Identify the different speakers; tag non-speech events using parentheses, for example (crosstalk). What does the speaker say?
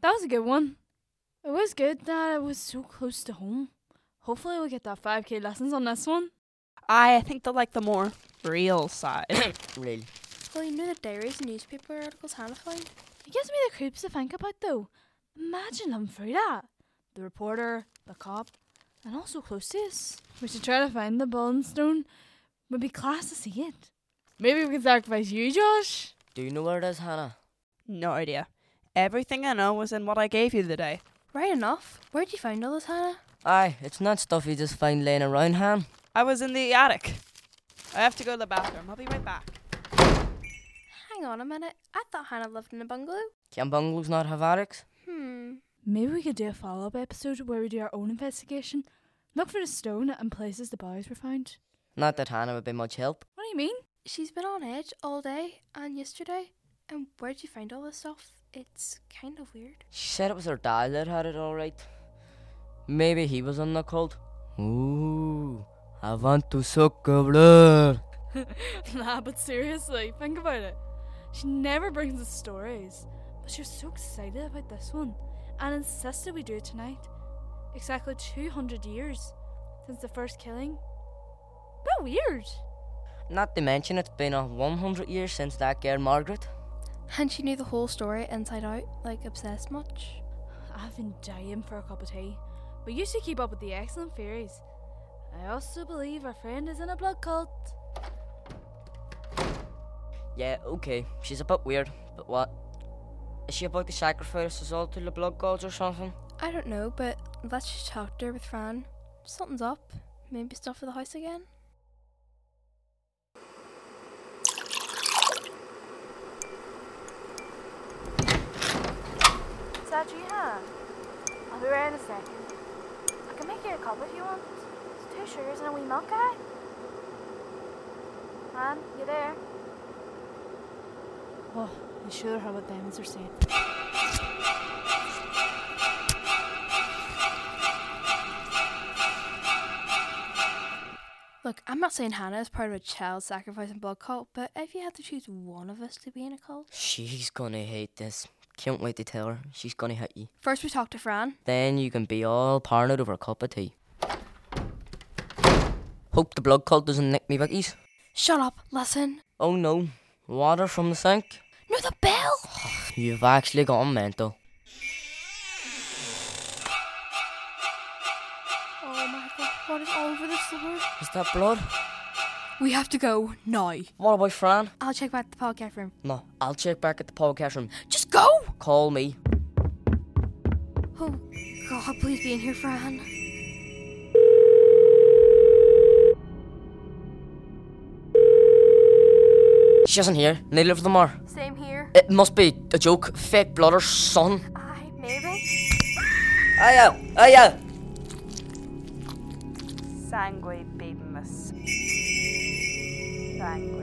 Speaker 1: That was a good one. It was good that it was so close to home. Hopefully, we'll get that 5k lessons on this one.
Speaker 2: I think they'll like the more real side. (coughs)
Speaker 3: Real.
Speaker 4: Well, you know the diaries and newspaper articles Hannah found?
Speaker 1: It gives me the creeps to think about, though. Imagine living through that. The reporter, the cop, and also close to us. We should try to find the Ballin Stone. Would be class to see it. Maybe we can sacrifice you, Josh.
Speaker 3: Do you know where it is, Hannah?
Speaker 2: no idea. Everything I know was in what I gave you today.
Speaker 4: Right enough. Where'd you find all this, Hannah?
Speaker 3: Aye, it's not stuff you just find laying around, Han.
Speaker 2: I was in the attic. I have to go to the bathroom. I'll be right back.
Speaker 4: Hang on a minute. I thought Hannah lived in a bungalow.
Speaker 3: Can bungalows not have attics?
Speaker 4: Hmm.
Speaker 1: Maybe we could do a follow up episode where we do our own investigation, look for the stone and places the bodies were found.
Speaker 3: Not that Hannah would be much help.
Speaker 1: What do you mean?
Speaker 4: She's been on edge all day and yesterday. And where'd you find all this stuff? It's kind of weird.
Speaker 3: She said it was her dad that had it all right. Maybe he was on the cult. Ooh, I want to suck your blood.
Speaker 1: (laughs) nah, but seriously, think about it. She never brings us stories, but she was so excited about this one and insisted we do it tonight. Exactly 200 years since the first killing. Bit weird.
Speaker 3: Not to mention it's been a 100 years since that girl Margaret.
Speaker 4: And she knew the whole story inside out, like obsessed much.
Speaker 1: I've been dying for a cup of tea, but you should keep up with the excellent theories. I also believe our friend is in a blood cult.
Speaker 3: Yeah, okay, she's a bit weird, but what? Is she about to sacrifice us all to the blood gods or something?
Speaker 4: I don't know, but let's just talk to her with Fran. Something's up. Maybe stuff for the house again.
Speaker 1: Is that you, huh? I'll be right in a second. I can make you a cup if you want. It's two sugars and a wee milk, guy. Man, you there? Oh, you sure how about diamonds are safe.
Speaker 4: Look, I'm not saying Hannah is part of a child sacrifice and blood cult, but if you had to choose one of us to be in a cult,
Speaker 3: She's gonna hate this. Can't wait to tell her. She's gonna hate you.
Speaker 4: first we talk to Fran.
Speaker 3: Then you can be all paranoid over a cup of tea. Hope the blood cult doesn't nick me bickies.
Speaker 4: Shut up, listen.
Speaker 3: Oh no, water from the sink.
Speaker 4: No, the bell!
Speaker 3: You've actually gone mental.
Speaker 4: Oh my god, what is all over the floor?
Speaker 3: Is that blood?
Speaker 4: We have to go now.
Speaker 3: What about Fran?
Speaker 4: I'll check back the podcast room.
Speaker 3: No, I'll check back at the podcast room.
Speaker 4: Just go!
Speaker 3: Call me.
Speaker 4: Oh god, please be in here, Fran.
Speaker 3: She isn't here. Neither of them are.
Speaker 4: Same here.
Speaker 3: It must be a joke. Fake blood or son.
Speaker 4: I maybe.
Speaker 3: Aye, aye, aye, aye.
Speaker 2: Sangue beamus. Sangue